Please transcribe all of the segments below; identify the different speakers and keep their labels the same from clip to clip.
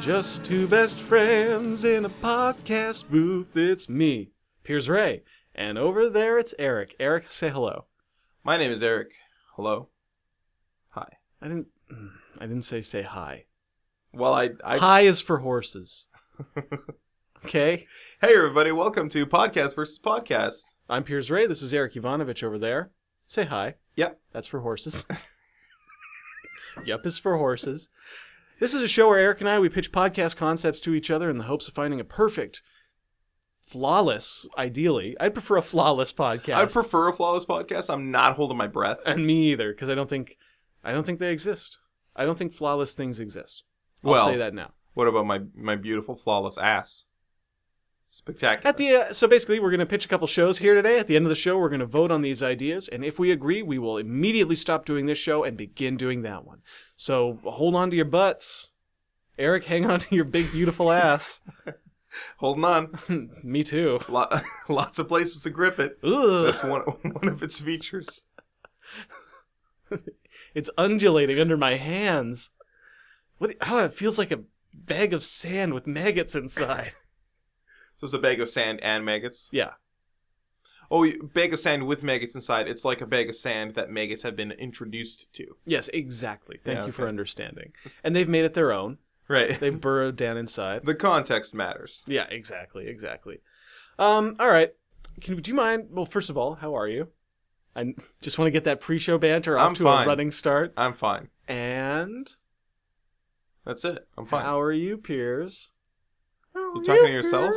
Speaker 1: Just two best friends in a podcast booth. It's me, Piers Ray, and over there it's Eric. Eric, say hello.
Speaker 2: My name is Eric. Hello.
Speaker 1: I didn't. I didn't say say hi.
Speaker 2: Well, I, I
Speaker 1: Hi is for horses. okay.
Speaker 2: hey everybody, welcome to podcast versus podcast.
Speaker 1: I'm Piers Ray. This is Eric Ivanovich over there. Say hi.
Speaker 2: Yep.
Speaker 1: That's for horses. yep is for horses. This is a show where Eric and I we pitch podcast concepts to each other in the hopes of finding a perfect, flawless, ideally. I prefer a flawless podcast.
Speaker 2: I prefer a flawless podcast. I'm not holding my breath.
Speaker 1: and me either because I don't think I don't think they exist. I don't think flawless things exist. I'll
Speaker 2: Well-
Speaker 1: say that now.
Speaker 2: What about my my beautiful flawless ass? Spectacular.
Speaker 1: At the uh, so basically we're going to pitch a couple shows here today. At the end of the show we're going to vote on these ideas and if we agree we will immediately stop doing this show and begin doing that one. So hold on to your butts. Eric, hang on to your big beautiful ass.
Speaker 2: Holding on.
Speaker 1: me too.
Speaker 2: Lot, lots of places to grip it.
Speaker 1: Ugh.
Speaker 2: That's one one of its features.
Speaker 1: It's undulating under my hands. What oh, it feels like a bag of sand with maggots inside.
Speaker 2: So it's a bag of sand and maggots.
Speaker 1: Yeah.
Speaker 2: Oh, you- bag of sand with maggots inside. It's like a bag of sand that maggots have been introduced to.
Speaker 1: Yes, exactly. Thank
Speaker 2: Yeah,
Speaker 1: you for
Speaker 2: okay.
Speaker 1: understanding. And they've made it their own.
Speaker 2: Right.
Speaker 1: They've burrowed down inside.
Speaker 2: the context matters.
Speaker 1: Yeah, exactly, exactly. Um, all right. Can do you mind? Well, first of all, how are you? I just want to get that pre-show banter off
Speaker 2: I'm
Speaker 1: to
Speaker 2: fine.
Speaker 1: a running start.
Speaker 2: I'm fine.
Speaker 1: And
Speaker 2: That's it. I'm fine.
Speaker 1: how are you, Piers?
Speaker 2: You talking to yourself?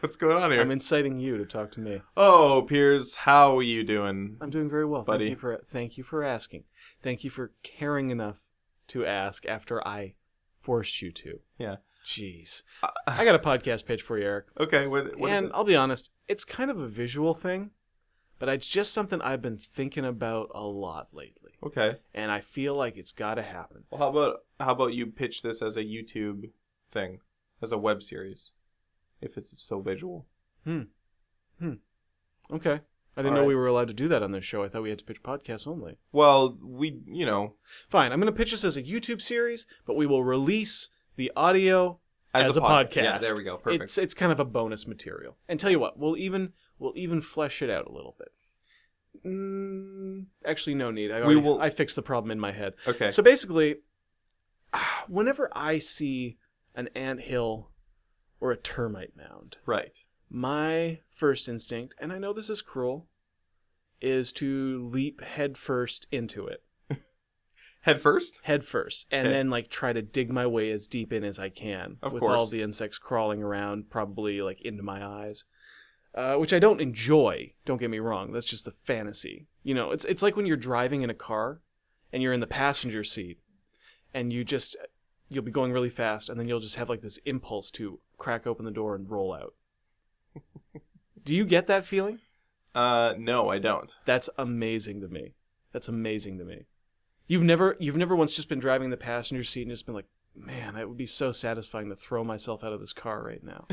Speaker 2: What's going on here?
Speaker 1: I'm inciting you to talk to me.
Speaker 2: oh, Piers, how are you doing?
Speaker 1: I'm doing very well,
Speaker 2: Buddy.
Speaker 1: Thank you for thank you for asking. Thank you for caring enough to ask after I forced you to.
Speaker 2: Yeah.
Speaker 1: Jeez, I got a podcast pitch for you, Eric.
Speaker 2: Uh, Okay, what, what is
Speaker 1: and
Speaker 2: it?
Speaker 1: I'll be honest, it's kind of a visual thing, but it's just something I've been thinking about a lot lately,
Speaker 2: Okay.
Speaker 1: and I feel like it's got to happen.
Speaker 2: Well, how about how about you pitch this as a YouTube thing, as a web series, if it's so visual?
Speaker 1: Hmm. Okay, I didn't
Speaker 2: All
Speaker 1: know
Speaker 2: right.
Speaker 1: we were allowed to do that on this show. I thought we had to pitch podcasts only.
Speaker 2: Well, we, you know,
Speaker 1: Fine, I'm going to pitch this as a YouTube series, but we will release the audio as, a,
Speaker 2: pod-
Speaker 1: podcast.
Speaker 2: Yeah, there we go. Perfect.
Speaker 1: It's it's kind of a bonus material. And tell you what, we'll even we'll even flesh it out a little bit. Mm, actually, no need. I
Speaker 2: We
Speaker 1: already,
Speaker 2: will-
Speaker 1: I fixed the problem in my head.
Speaker 2: okay.
Speaker 1: So basically, ah, whenever I see an anthill or a termite mound,
Speaker 2: right.
Speaker 1: my first instinct, and I know this is cruel, is to leap headfirst into it,
Speaker 2: Head first.
Speaker 1: headfirst, and
Speaker 2: Okay.
Speaker 1: then like try to dig my way as deep in as I can
Speaker 2: Of
Speaker 1: with
Speaker 2: course.
Speaker 1: all the insects crawling around, probably like into my eyes. Uh, which I don't enjoy. Don't get me wrong. That's just the fantasy. You know, it's it's like when you're driving in a car, and you're in the passenger seat, and you just you'll be going really fast, and then you'll just have like this impulse to crack open the door and roll out. Do you get that feeling?
Speaker 2: Uh, no, I don't.
Speaker 1: That's amazing to me. That's amazing to me. You've never you've never once just been driving in the passenger seat and just been like, man, it would be so satisfying to throw myself out of this car right now.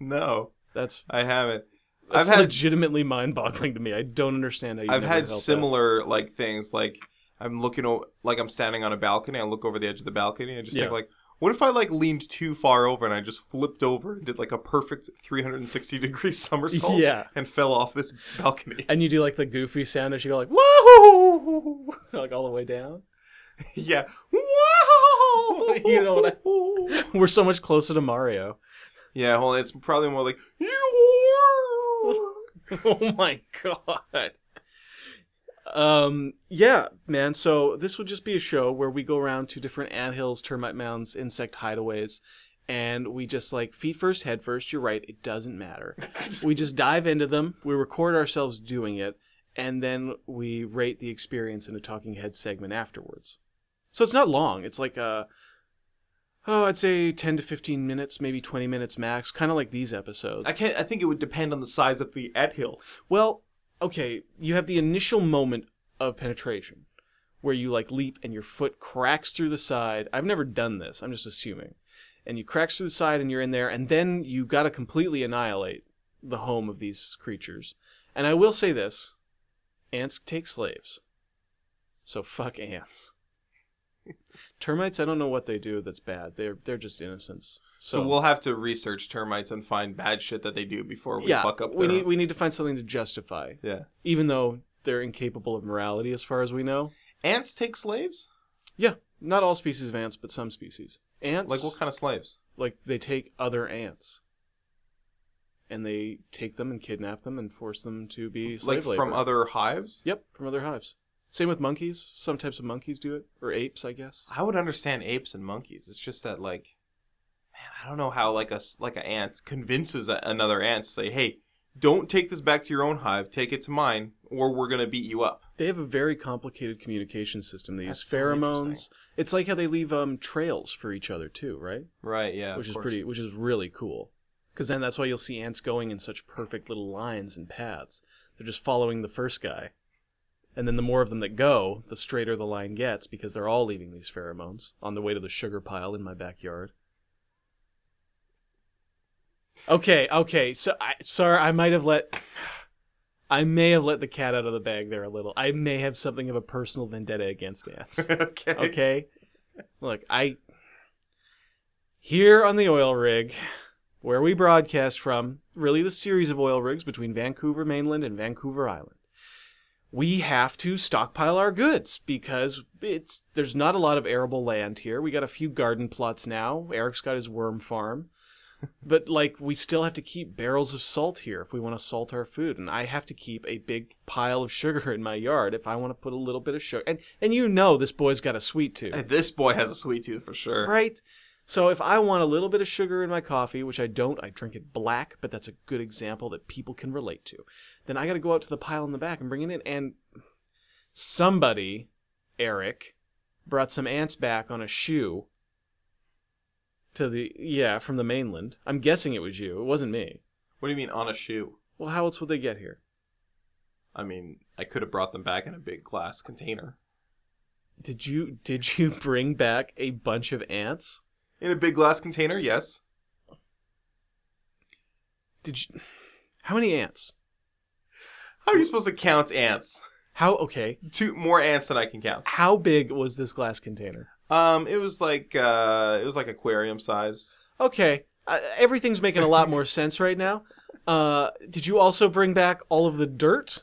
Speaker 2: No,
Speaker 1: That's
Speaker 2: I haven't.
Speaker 1: that's
Speaker 2: I've had
Speaker 1: legitimately mind boggling to me. I don't understand how you.
Speaker 2: I've had similar like things like I'm looking o- like I'm standing on a balcony. I look over the edge of the balcony. I just
Speaker 1: Yeah.
Speaker 2: think like, what if I like leaned too far over and I just flipped over and did like a perfect 360 degree somersault?
Speaker 1: Yeah.
Speaker 2: and fell off this balcony.
Speaker 1: And you do like the goofy sound as you go like woohoo, like all the way down.
Speaker 2: yeah. Wow.
Speaker 1: You know what We're so much closer to Mario.
Speaker 2: Yeah, hold on. It's probably more like.
Speaker 1: oh my god. Um yeah, man. So this would just be a show where we go around to different anthills, termite mounds, insect hideaways, and we just like feet first, head first, you're right, it doesn't matter. we just dive into them, we record ourselves doing it, and then we rate the experience in a talking head segment afterwards. So it's not long. It's like uh oh, I'd say 10 to 15 minutes, maybe 20 minutes max, kind of like these episodes.
Speaker 2: I can't. I think it would depend on the size of the ad hill.
Speaker 1: Well, okay, you have the initial moment of penetration where you like leap and your foot cracks through the side. I've never done this, I'm just assuming. And you cracks through the side and you're in there and then you got to completely annihilate the home of these creatures. And I will say this, ants take slaves. So fuck ants. Termites, I don't know what they do that's bad. They're they're just innocents. So,
Speaker 2: So, we'll have to research termites and find bad shit that they do before we
Speaker 1: yeah,
Speaker 2: fuck up.
Speaker 1: we
Speaker 2: their-
Speaker 1: need we need to find something to justify,
Speaker 2: yeah.
Speaker 1: even though they're incapable of morality as far as we know.
Speaker 2: Ants take slaves?
Speaker 1: Yeah, not all species of ants, but some species. Ants,
Speaker 2: Like what kind of slaves?
Speaker 1: like they take other ants, and they take them and kidnap them and force them to be slave
Speaker 2: Like from
Speaker 1: labor.
Speaker 2: other hives?
Speaker 1: Yep, from other hives. Same with monkeys. Some types of monkeys do it, or apes, I guess.
Speaker 2: I would understand apes and monkeys. It's just that like, man, I don't know how like a s- like an ant convinces a, another ant to say, hey, don't take this back to your own hive. Take it to mine, or we're gonna beat you up.
Speaker 1: They have a very complicated communication system. They
Speaker 2: That's
Speaker 1: use
Speaker 2: so
Speaker 1: pheromones.
Speaker 2: interesting.
Speaker 1: it's like how they leave um, trails for each other too, right?
Speaker 2: Right? Yeah. of
Speaker 1: which is
Speaker 2: course.
Speaker 1: pretty, which is really cool. Because then that's why you'll see ants going in such perfect little lines and paths. They're just following the first guy, and then the more of them that go, the straighter the line gets because they're all leaving these pheromones on the way to the sugar pile in my backyard. Okay, okay. So, I, sorry, I might have let. I may have let the cat out of the bag there a little. I may have something of a personal vendetta against ants
Speaker 2: okay.
Speaker 1: okay? Look, I. Here on the oil rig, where we broadcast from, really the series of oil rigs between Vancouver mainland and Vancouver Island, we have to stockpile our goods because it's there's not a lot of arable land here. We got a few garden plots now. Eric's got his worm farm. But like we still have to keep barrels of salt here if we want to salt our food, and I have to keep a big pile of sugar in my yard if I want to put a little bit of sugar. And and you know this boy's got a sweet tooth
Speaker 2: This boy has a sweet tooth for sure.
Speaker 1: right? So if I want a little bit of sugar in my coffee, which I don't, I drink it black, but that's a good example that people can relate to. Then I got to go out to the pile in the back and bring it in. And somebody, Eric, brought some ants back on a shoe to the yeah from the mainland. I'm guessing it was you. It wasn't me.
Speaker 2: What do you mean on a shoe?
Speaker 1: Well, how else would they get here?
Speaker 2: I mean, I could have brought them back in a big glass container.
Speaker 1: Did you did you bring back a bunch of ants?
Speaker 2: In a big glass container, yes.
Speaker 1: Did you? How many ants?
Speaker 2: How are you supposed to count ants?
Speaker 1: How okay?
Speaker 2: Two more ants than I can count.
Speaker 1: How big was this glass container?
Speaker 2: Um, it was like uh, it was like aquarium size.
Speaker 1: Okay, uh, everything's making a lot more sense right now. Uh, did you also bring back all of the dirt?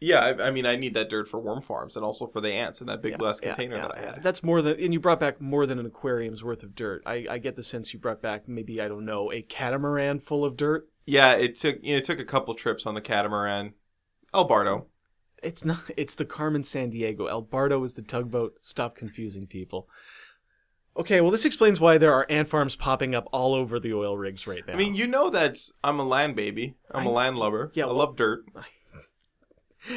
Speaker 2: Yeah, I, I mean, I need that dirt for worm farms and also for the ants in that big
Speaker 1: Yeah,
Speaker 2: glass
Speaker 1: yeah,
Speaker 2: container
Speaker 1: yeah,
Speaker 2: that I
Speaker 1: yeah.
Speaker 2: had.
Speaker 1: That's more than, and you brought back more than an aquarium's worth of dirt. I, I get the sense you brought back maybe I don't know a catamaran full of dirt.
Speaker 2: Yeah, it took you know, it took a couple trips on the catamaran. El Bardo.
Speaker 1: It's not. It's the Carmen San Diego. El Bardo is the tugboat. Stop confusing people. Okay, well this explains why there are ant farms popping up all over the oil rigs right now.
Speaker 2: I mean, you know that I'm a land baby. I'm a land lover.
Speaker 1: Yeah,
Speaker 2: I
Speaker 1: well-
Speaker 2: love dirt.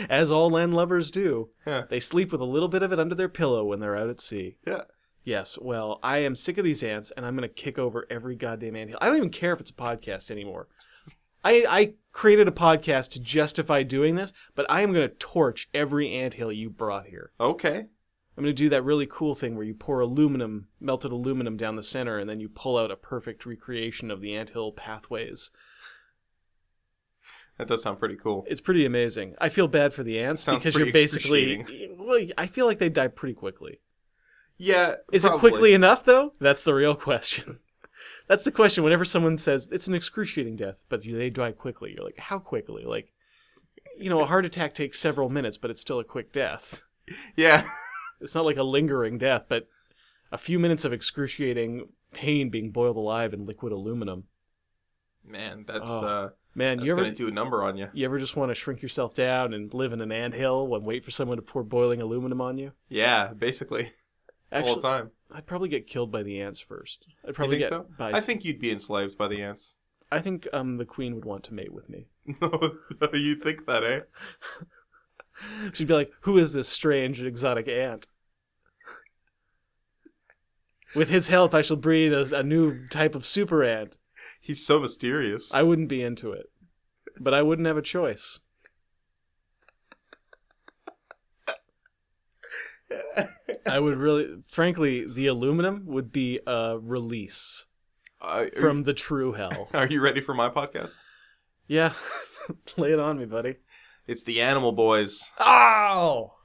Speaker 1: as all land lovers do,
Speaker 2: Yeah.
Speaker 1: they sleep with a little bit of it under their pillow when they're out at sea.
Speaker 2: Yeah.
Speaker 1: Yes, well, I am sick of these ants, and I'm going to kick over every goddamn ant hill. I don't even care if it's a podcast anymore. I, I created a podcast to justify doing this, but I am going to torch every ant hill you brought here.
Speaker 2: Okay.
Speaker 1: I'm going to do that really cool thing where you pour aluminum, melted aluminum down the center, and then you pull out a perfect recreation of the ant hill pathways.
Speaker 2: That does sound pretty cool.
Speaker 1: It's pretty amazing. I feel bad for the ants
Speaker 2: Sounds
Speaker 1: because
Speaker 2: pretty
Speaker 1: you're basically. Well, I feel like they die pretty quickly.
Speaker 2: Yeah.
Speaker 1: Is it
Speaker 2: probably.
Speaker 1: quickly enough, though? That's the real question. That's the question. Whenever someone says it's an excruciating death, but they die quickly, you're like, how quickly? Like, you know, a heart attack takes several minutes, but it's still a quick death.
Speaker 2: Yeah.
Speaker 1: It's not like a lingering death, but a few minutes of excruciating pain being boiled alive in liquid aluminum.
Speaker 2: Man, that's
Speaker 1: Oh,
Speaker 2: uh,
Speaker 1: Man,
Speaker 2: that's
Speaker 1: you ever
Speaker 2: gonna do a number on you.
Speaker 1: you ever just want to shrink yourself down and live in an anthill and wait for someone to pour boiling aluminum on you?
Speaker 2: Yeah, basically all the
Speaker 1: Actually,
Speaker 2: time.
Speaker 1: I'd probably get killed by the ants first. I'd probably
Speaker 2: you think
Speaker 1: get
Speaker 2: so?
Speaker 1: by
Speaker 2: I think you'd be enslaved by the ants.
Speaker 1: I think um the queen would want to mate with me.
Speaker 2: No, you think that, eh?
Speaker 1: She'd be like, "Who is this strange and exotic ant?" With his help, I shall breed a, a new type of super ant.
Speaker 2: He's so mysterious.
Speaker 1: I wouldn't be into it, but I wouldn't have a choice. I would really, frankly, the aluminum would be a release
Speaker 2: Uh, are,
Speaker 1: from the true hell.
Speaker 2: are you ready for my podcast?
Speaker 1: Yeah, lay it on me, buddy.
Speaker 2: It's the Animal Boys.
Speaker 1: Ow!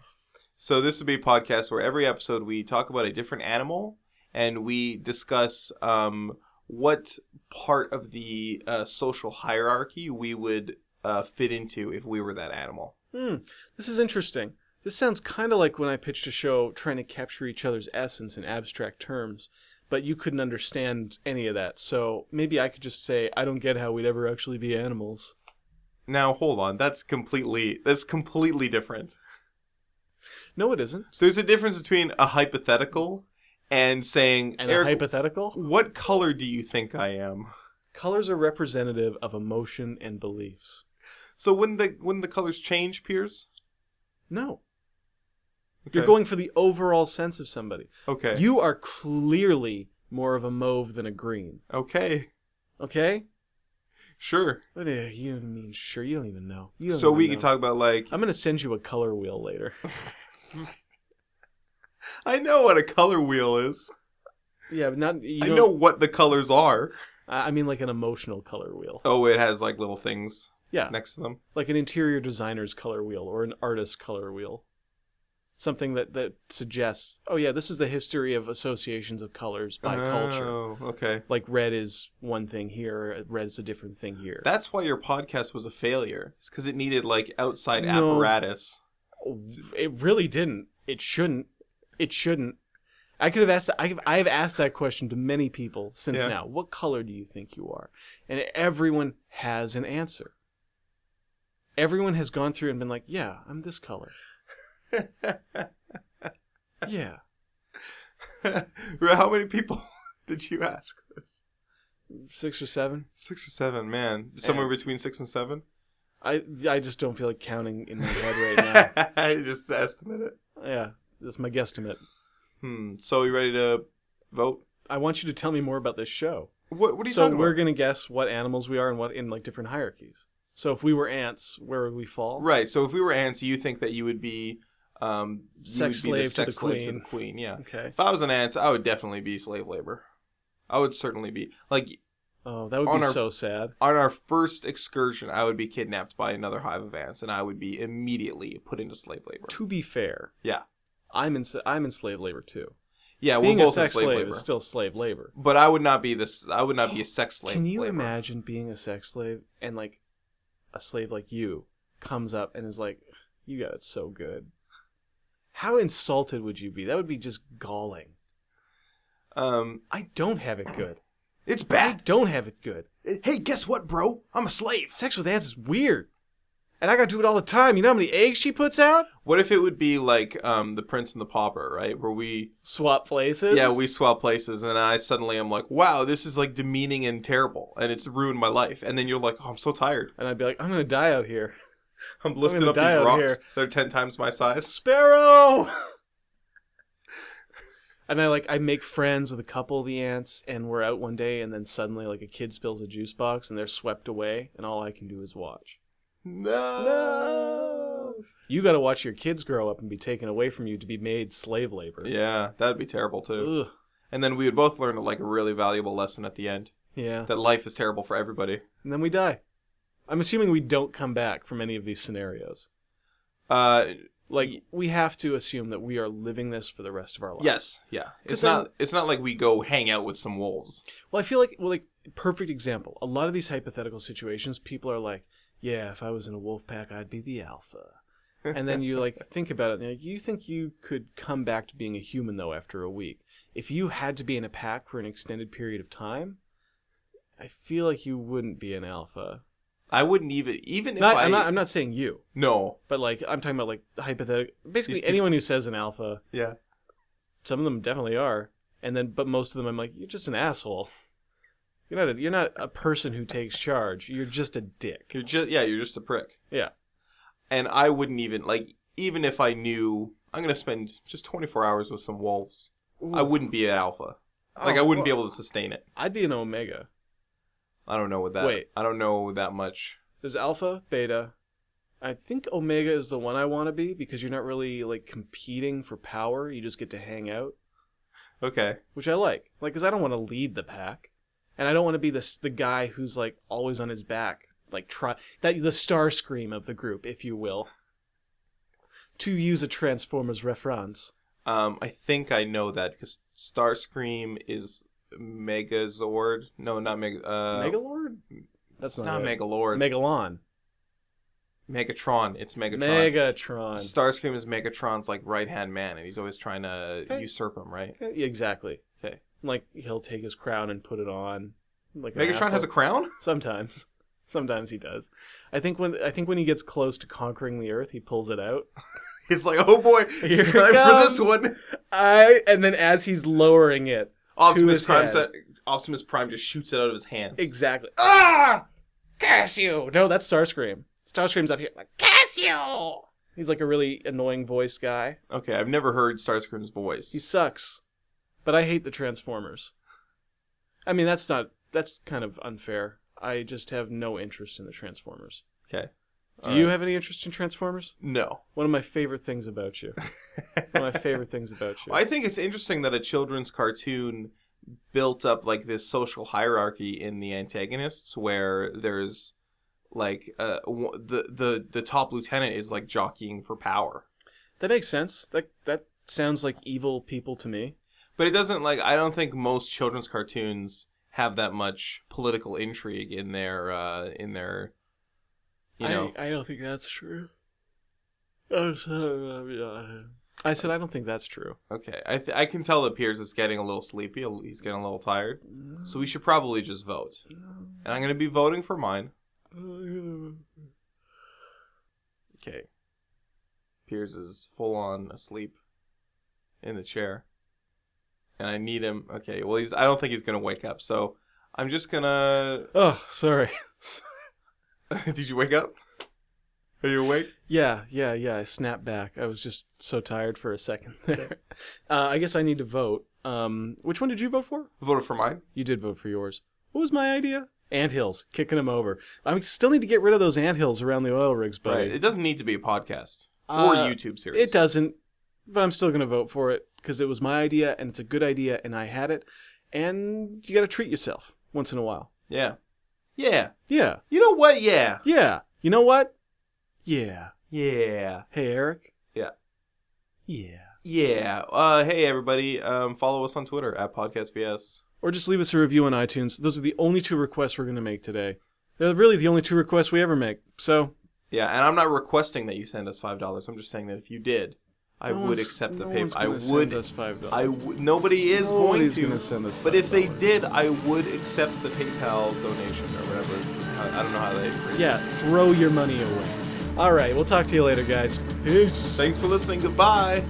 Speaker 2: So this would be a podcast where every episode we talk about a different animal and we discuss um, what part of the uh, social hierarchy we would uh, fit into if we were that animal.
Speaker 1: Hmm, this is interesting. This sounds kind of like when I pitched a show trying to capture each other's essence in abstract terms, but you couldn't understand any of that. So maybe I could just say, I don't get how we'd ever actually be animals.
Speaker 2: Now hold on, that's completely that's completely different.
Speaker 1: No, it isn't.
Speaker 2: There's a difference between a hypothetical and saying
Speaker 1: And
Speaker 2: "Eric,
Speaker 1: a hypothetical?
Speaker 2: what color do you think I am?
Speaker 1: Colors are representative of emotion and beliefs.
Speaker 2: So when the when the colors change, Piers?
Speaker 1: No.
Speaker 2: Okay.
Speaker 1: You're going for the overall sense of somebody.
Speaker 2: Okay.
Speaker 1: You are clearly more of a mauve than a green.
Speaker 2: okay.
Speaker 1: Okay?
Speaker 2: Sure.
Speaker 1: What do you mean? Sure, you don't even know. You don't
Speaker 2: So
Speaker 1: even
Speaker 2: we can
Speaker 1: know.
Speaker 2: talk about like
Speaker 1: I'm gonna send you a color wheel later.
Speaker 2: I know what a color wheel is.
Speaker 1: yeah, but not. You
Speaker 2: I
Speaker 1: don't-
Speaker 2: know what the colors are.
Speaker 1: I I mean, like an emotional color wheel.
Speaker 2: Oh, it has like little things
Speaker 1: yeah,
Speaker 2: next to them.
Speaker 1: like an interior designer's color wheel or an artist's color wheel. Something that that suggests, oh yeah, this is the history of associations of colors by culture.
Speaker 2: Oh, okay.
Speaker 1: Like red is one thing here, red is a different thing here.
Speaker 2: That's why your podcast was a failure. It's because it needed like outside
Speaker 1: No.
Speaker 2: apparatus.
Speaker 1: It really didn't. It shouldn't. It shouldn't. I could have asked. I've I've asked that question to many people since
Speaker 2: Yeah.
Speaker 1: now. What color do you think you are? And everyone has an answer. Everyone has gone through and been like, "Yeah, I'm this color." yeah,
Speaker 2: How many people did you ask this?
Speaker 1: six or seven.
Speaker 2: Six or seven, man. Somewhere between six and seven.
Speaker 1: I I just don't feel like counting in my head right
Speaker 2: I just estimate it.
Speaker 1: now. yeah, that's my guesstimate.
Speaker 2: Hmm. So you ready to vote?
Speaker 1: I want you to tell me more about this show.
Speaker 2: What What are you
Speaker 1: so
Speaker 2: talking
Speaker 1: we're
Speaker 2: about?
Speaker 1: gonna guess what animals we are and what in like different hierarchies. So if we were ants, where would we fall?
Speaker 2: Right. So if we were ants, you think that you would be um you
Speaker 1: Sex
Speaker 2: would be
Speaker 1: slave
Speaker 2: the
Speaker 1: to
Speaker 2: sex
Speaker 1: the
Speaker 2: slave
Speaker 1: queen.
Speaker 2: to the queen. Yeah.
Speaker 1: Okay.
Speaker 2: If I was an ant, I would definitely be slave labor. I would certainly be like
Speaker 1: Oh, that would
Speaker 2: On
Speaker 1: be
Speaker 2: our-
Speaker 1: so sad.
Speaker 2: on our first excursion, I would be kidnapped by another hive of ants, and I would be immediately put into slave labor.
Speaker 1: To be fair,
Speaker 2: Yeah.
Speaker 1: I'm in I'm in slave labor too.
Speaker 2: Yeah,
Speaker 1: Being
Speaker 2: we're
Speaker 1: a
Speaker 2: both in
Speaker 1: sex
Speaker 2: slave,
Speaker 1: slave
Speaker 2: labor.
Speaker 1: is still slave labor.
Speaker 2: But I would not be this. I would not be a sex slave.
Speaker 1: Can you
Speaker 2: labor.
Speaker 1: imagine being a sex slave and like a slave like you comes up and is like, "You got it so good." How insulted would you be? That would be just galling.
Speaker 2: Um,
Speaker 1: I don't have it good.
Speaker 2: it's
Speaker 1: I
Speaker 2: bad.
Speaker 1: don't have it good.
Speaker 2: Hey, guess what, bro? I'm a slave.
Speaker 1: Sex with ants is weird. And I gotta do it all the time. You know how many eggs she puts out?
Speaker 2: What if it would be like um, the Prince and the Pauper, right? Where we
Speaker 1: Swap places.
Speaker 2: yeah we swap places, and then I suddenly am like, wow, this is like demeaning and terrible, and it's ruined my life. And then you're like, oh, I'm so tired.
Speaker 1: And I'd be like, I'm gonna die out here.
Speaker 2: I'm lifting
Speaker 1: gonna
Speaker 2: up
Speaker 1: die
Speaker 2: these
Speaker 1: out
Speaker 2: rocks.
Speaker 1: here.
Speaker 2: They're ten times my size.
Speaker 1: Sparrow. and I like I make friends with a couple of the ants, and we're out one day, and then suddenly like a kid spills a juice box, and they're swept away, and all I can do is watch.
Speaker 2: No.
Speaker 1: You got to watch your kids grow up and be taken away from you to be made slave labor.
Speaker 2: Yeah, that'd be terrible too.
Speaker 1: Ugh.
Speaker 2: And then we would both learn like a really valuable lesson at the end
Speaker 1: Yeah.
Speaker 2: that life is terrible for everybody.
Speaker 1: And then we die. I'm assuming we don't come back from any of these scenarios.
Speaker 2: Uh,
Speaker 1: Like we have to assume that we are living this for the rest of our lives.
Speaker 2: yes, yeah.
Speaker 1: 'Cause
Speaker 2: It's not. It's not like we go hang out with some wolves.
Speaker 1: Well, I feel like well, like perfect example. A lot of these hypothetical situations, people are like, "Yeah, if I was in a wolf pack, I'd be the alpha." And then you like think about it, and you're like, you think you could come back to being a human though after a week. If you had to be in a pack for an extended period of time, I feel like you wouldn't be an alpha.
Speaker 2: I wouldn't even even if
Speaker 1: Not,
Speaker 2: I
Speaker 1: I'm not. I'm not saying you,
Speaker 2: no
Speaker 1: but like I'm talking about like hypothetical. Basically,
Speaker 2: people-
Speaker 1: anyone who says an alpha,
Speaker 2: yeah
Speaker 1: some of them definitely are and then but most of them i'm like you're just an asshole you're not a, you're not a person who takes charge you're just a dick
Speaker 2: you're just yeah you're just a prick
Speaker 1: yeah
Speaker 2: and I wouldn't even like even if I knew I'm gonna spend just 24 hours with some wolves I wouldn't be an alpha like
Speaker 1: Oh,
Speaker 2: I wouldn't be
Speaker 1: well-
Speaker 2: able to sustain it
Speaker 1: i'd be an omega
Speaker 2: I don't know what that
Speaker 1: Wait.
Speaker 2: I don't know that much
Speaker 1: there's alpha beta i think omega is the one i want to be because you're not really like competing for power you just get to hang out
Speaker 2: okay
Speaker 1: which i like like because i don't want to lead the pack and i don't want to be this the guy who's like always on his back like try that the star scream of the group if you will to use a Transformers reference.
Speaker 2: Um, I think I know that because Starscream is Megazord. No, not Meg. Uh,
Speaker 1: Megalord? That's
Speaker 2: It's not,
Speaker 1: it.
Speaker 2: Megalord.
Speaker 1: Megalon.
Speaker 2: Megatron. It's Megatron.
Speaker 1: Megatron.
Speaker 2: Starscream is Megatron's like right hand man, and he's always trying to
Speaker 1: Okay.
Speaker 2: usurp him, right?
Speaker 1: Okay, Exactly.
Speaker 2: Okay.
Speaker 1: Like he'll take his crown and put it on. Like an
Speaker 2: Megatron has a
Speaker 1: asshole.
Speaker 2: crown.
Speaker 1: Sometimes. Sometimes he does. I think when I think when he gets close to conquering the earth, he pulls it out.
Speaker 2: He's like, oh boy,
Speaker 1: Here
Speaker 2: it's
Speaker 1: it
Speaker 2: time for this
Speaker 1: comes.
Speaker 2: one.
Speaker 1: I and then as he's lowering it,
Speaker 2: Optimus
Speaker 1: his
Speaker 2: Prime.
Speaker 1: head.
Speaker 2: Optimus Prime just shoots it out of his hands.
Speaker 1: exactly. Ah! Curse you! No, that's Starscream. Starscream's up here like curse you. He's like a really annoying voice guy.
Speaker 2: Okay, I've never heard Starscream's voice.
Speaker 1: He sucks. But I hate the Transformers. I mean, that's not that's kind of unfair. I just have no interest in the Transformers.
Speaker 2: okay.
Speaker 1: Do
Speaker 2: All
Speaker 1: you
Speaker 2: right.
Speaker 1: have any interest in Transformers?
Speaker 2: No.
Speaker 1: One of my favorite things about you. One of my favorite things about you.
Speaker 2: I think it's interesting that a children's cartoon built up like this social hierarchy in the antagonists, where there's like uh, w- the the the top lieutenant is like jockeying for power,
Speaker 1: That makes sense. That that sounds like evil people to me.
Speaker 2: but it doesn't like I don't think most children's cartoons have that much political intrigue in their uh, in their you know
Speaker 1: I, I don't think that's true. Oh, so, uh, yeah. I said I don't think that's true.
Speaker 2: okay I th- I can tell that Piers is getting a little sleepy he's getting a little tired so we should probably just vote and I'm gonna be voting for mine Okay. Piers is full on asleep in the chair. And I need him. Okay, well he's I don't think he's going to wake up. So I'm just going to
Speaker 1: Oh, sorry.
Speaker 2: Did you wake up? Are you awake?
Speaker 1: Yeah, yeah, yeah. I snapped back. I was just so tired for a second there. Uh, I guess I need to vote. Um, which one did you vote for?
Speaker 2: Voted for mine.
Speaker 1: You did vote for yours. What was my idea? Anthills, kicking them over. I still need to get rid of those anthills around the oil rigs, buddy.
Speaker 2: Right. It doesn't need to be a podcast or
Speaker 1: Uh,
Speaker 2: YouTube series.
Speaker 1: It doesn't, but I'm still going to vote for it because it was my idea and it's a good idea and I had it. And you got to treat yourself once in a while.
Speaker 2: Yeah. Yeah.
Speaker 1: Yeah,
Speaker 2: You know what? Yeah.
Speaker 1: yeah. You know what? Yeah.
Speaker 2: Yeah.
Speaker 1: Hey, Eric.
Speaker 2: Yeah.
Speaker 1: Yeah.
Speaker 2: Yeah. Uh hey everybody, um follow us on Twitter at podcast vs.
Speaker 1: Or just leave us a review on iTunes. Those are the only two requests we're going to make today. They're really the only two requests we ever make. So
Speaker 2: Yeah, and I'm not requesting that you send us five dollars. I'm just saying that if you did, I
Speaker 1: no
Speaker 2: would
Speaker 1: one's-
Speaker 2: accept the
Speaker 1: no
Speaker 2: payment.
Speaker 1: one's
Speaker 2: I
Speaker 1: gonna send
Speaker 2: would.
Speaker 1: us five dollars.
Speaker 2: I w- nobody is
Speaker 1: Nobody's
Speaker 2: going to.
Speaker 1: gonna send us
Speaker 2: but if they
Speaker 1: $5.
Speaker 2: did, I would accept the PayPal donation or whatever. I, I don't know how they. phrase it.
Speaker 1: Yeah, throw your money away. All right, we'll talk to you later, guys. Peace.
Speaker 2: Thanks for listening. Goodbye.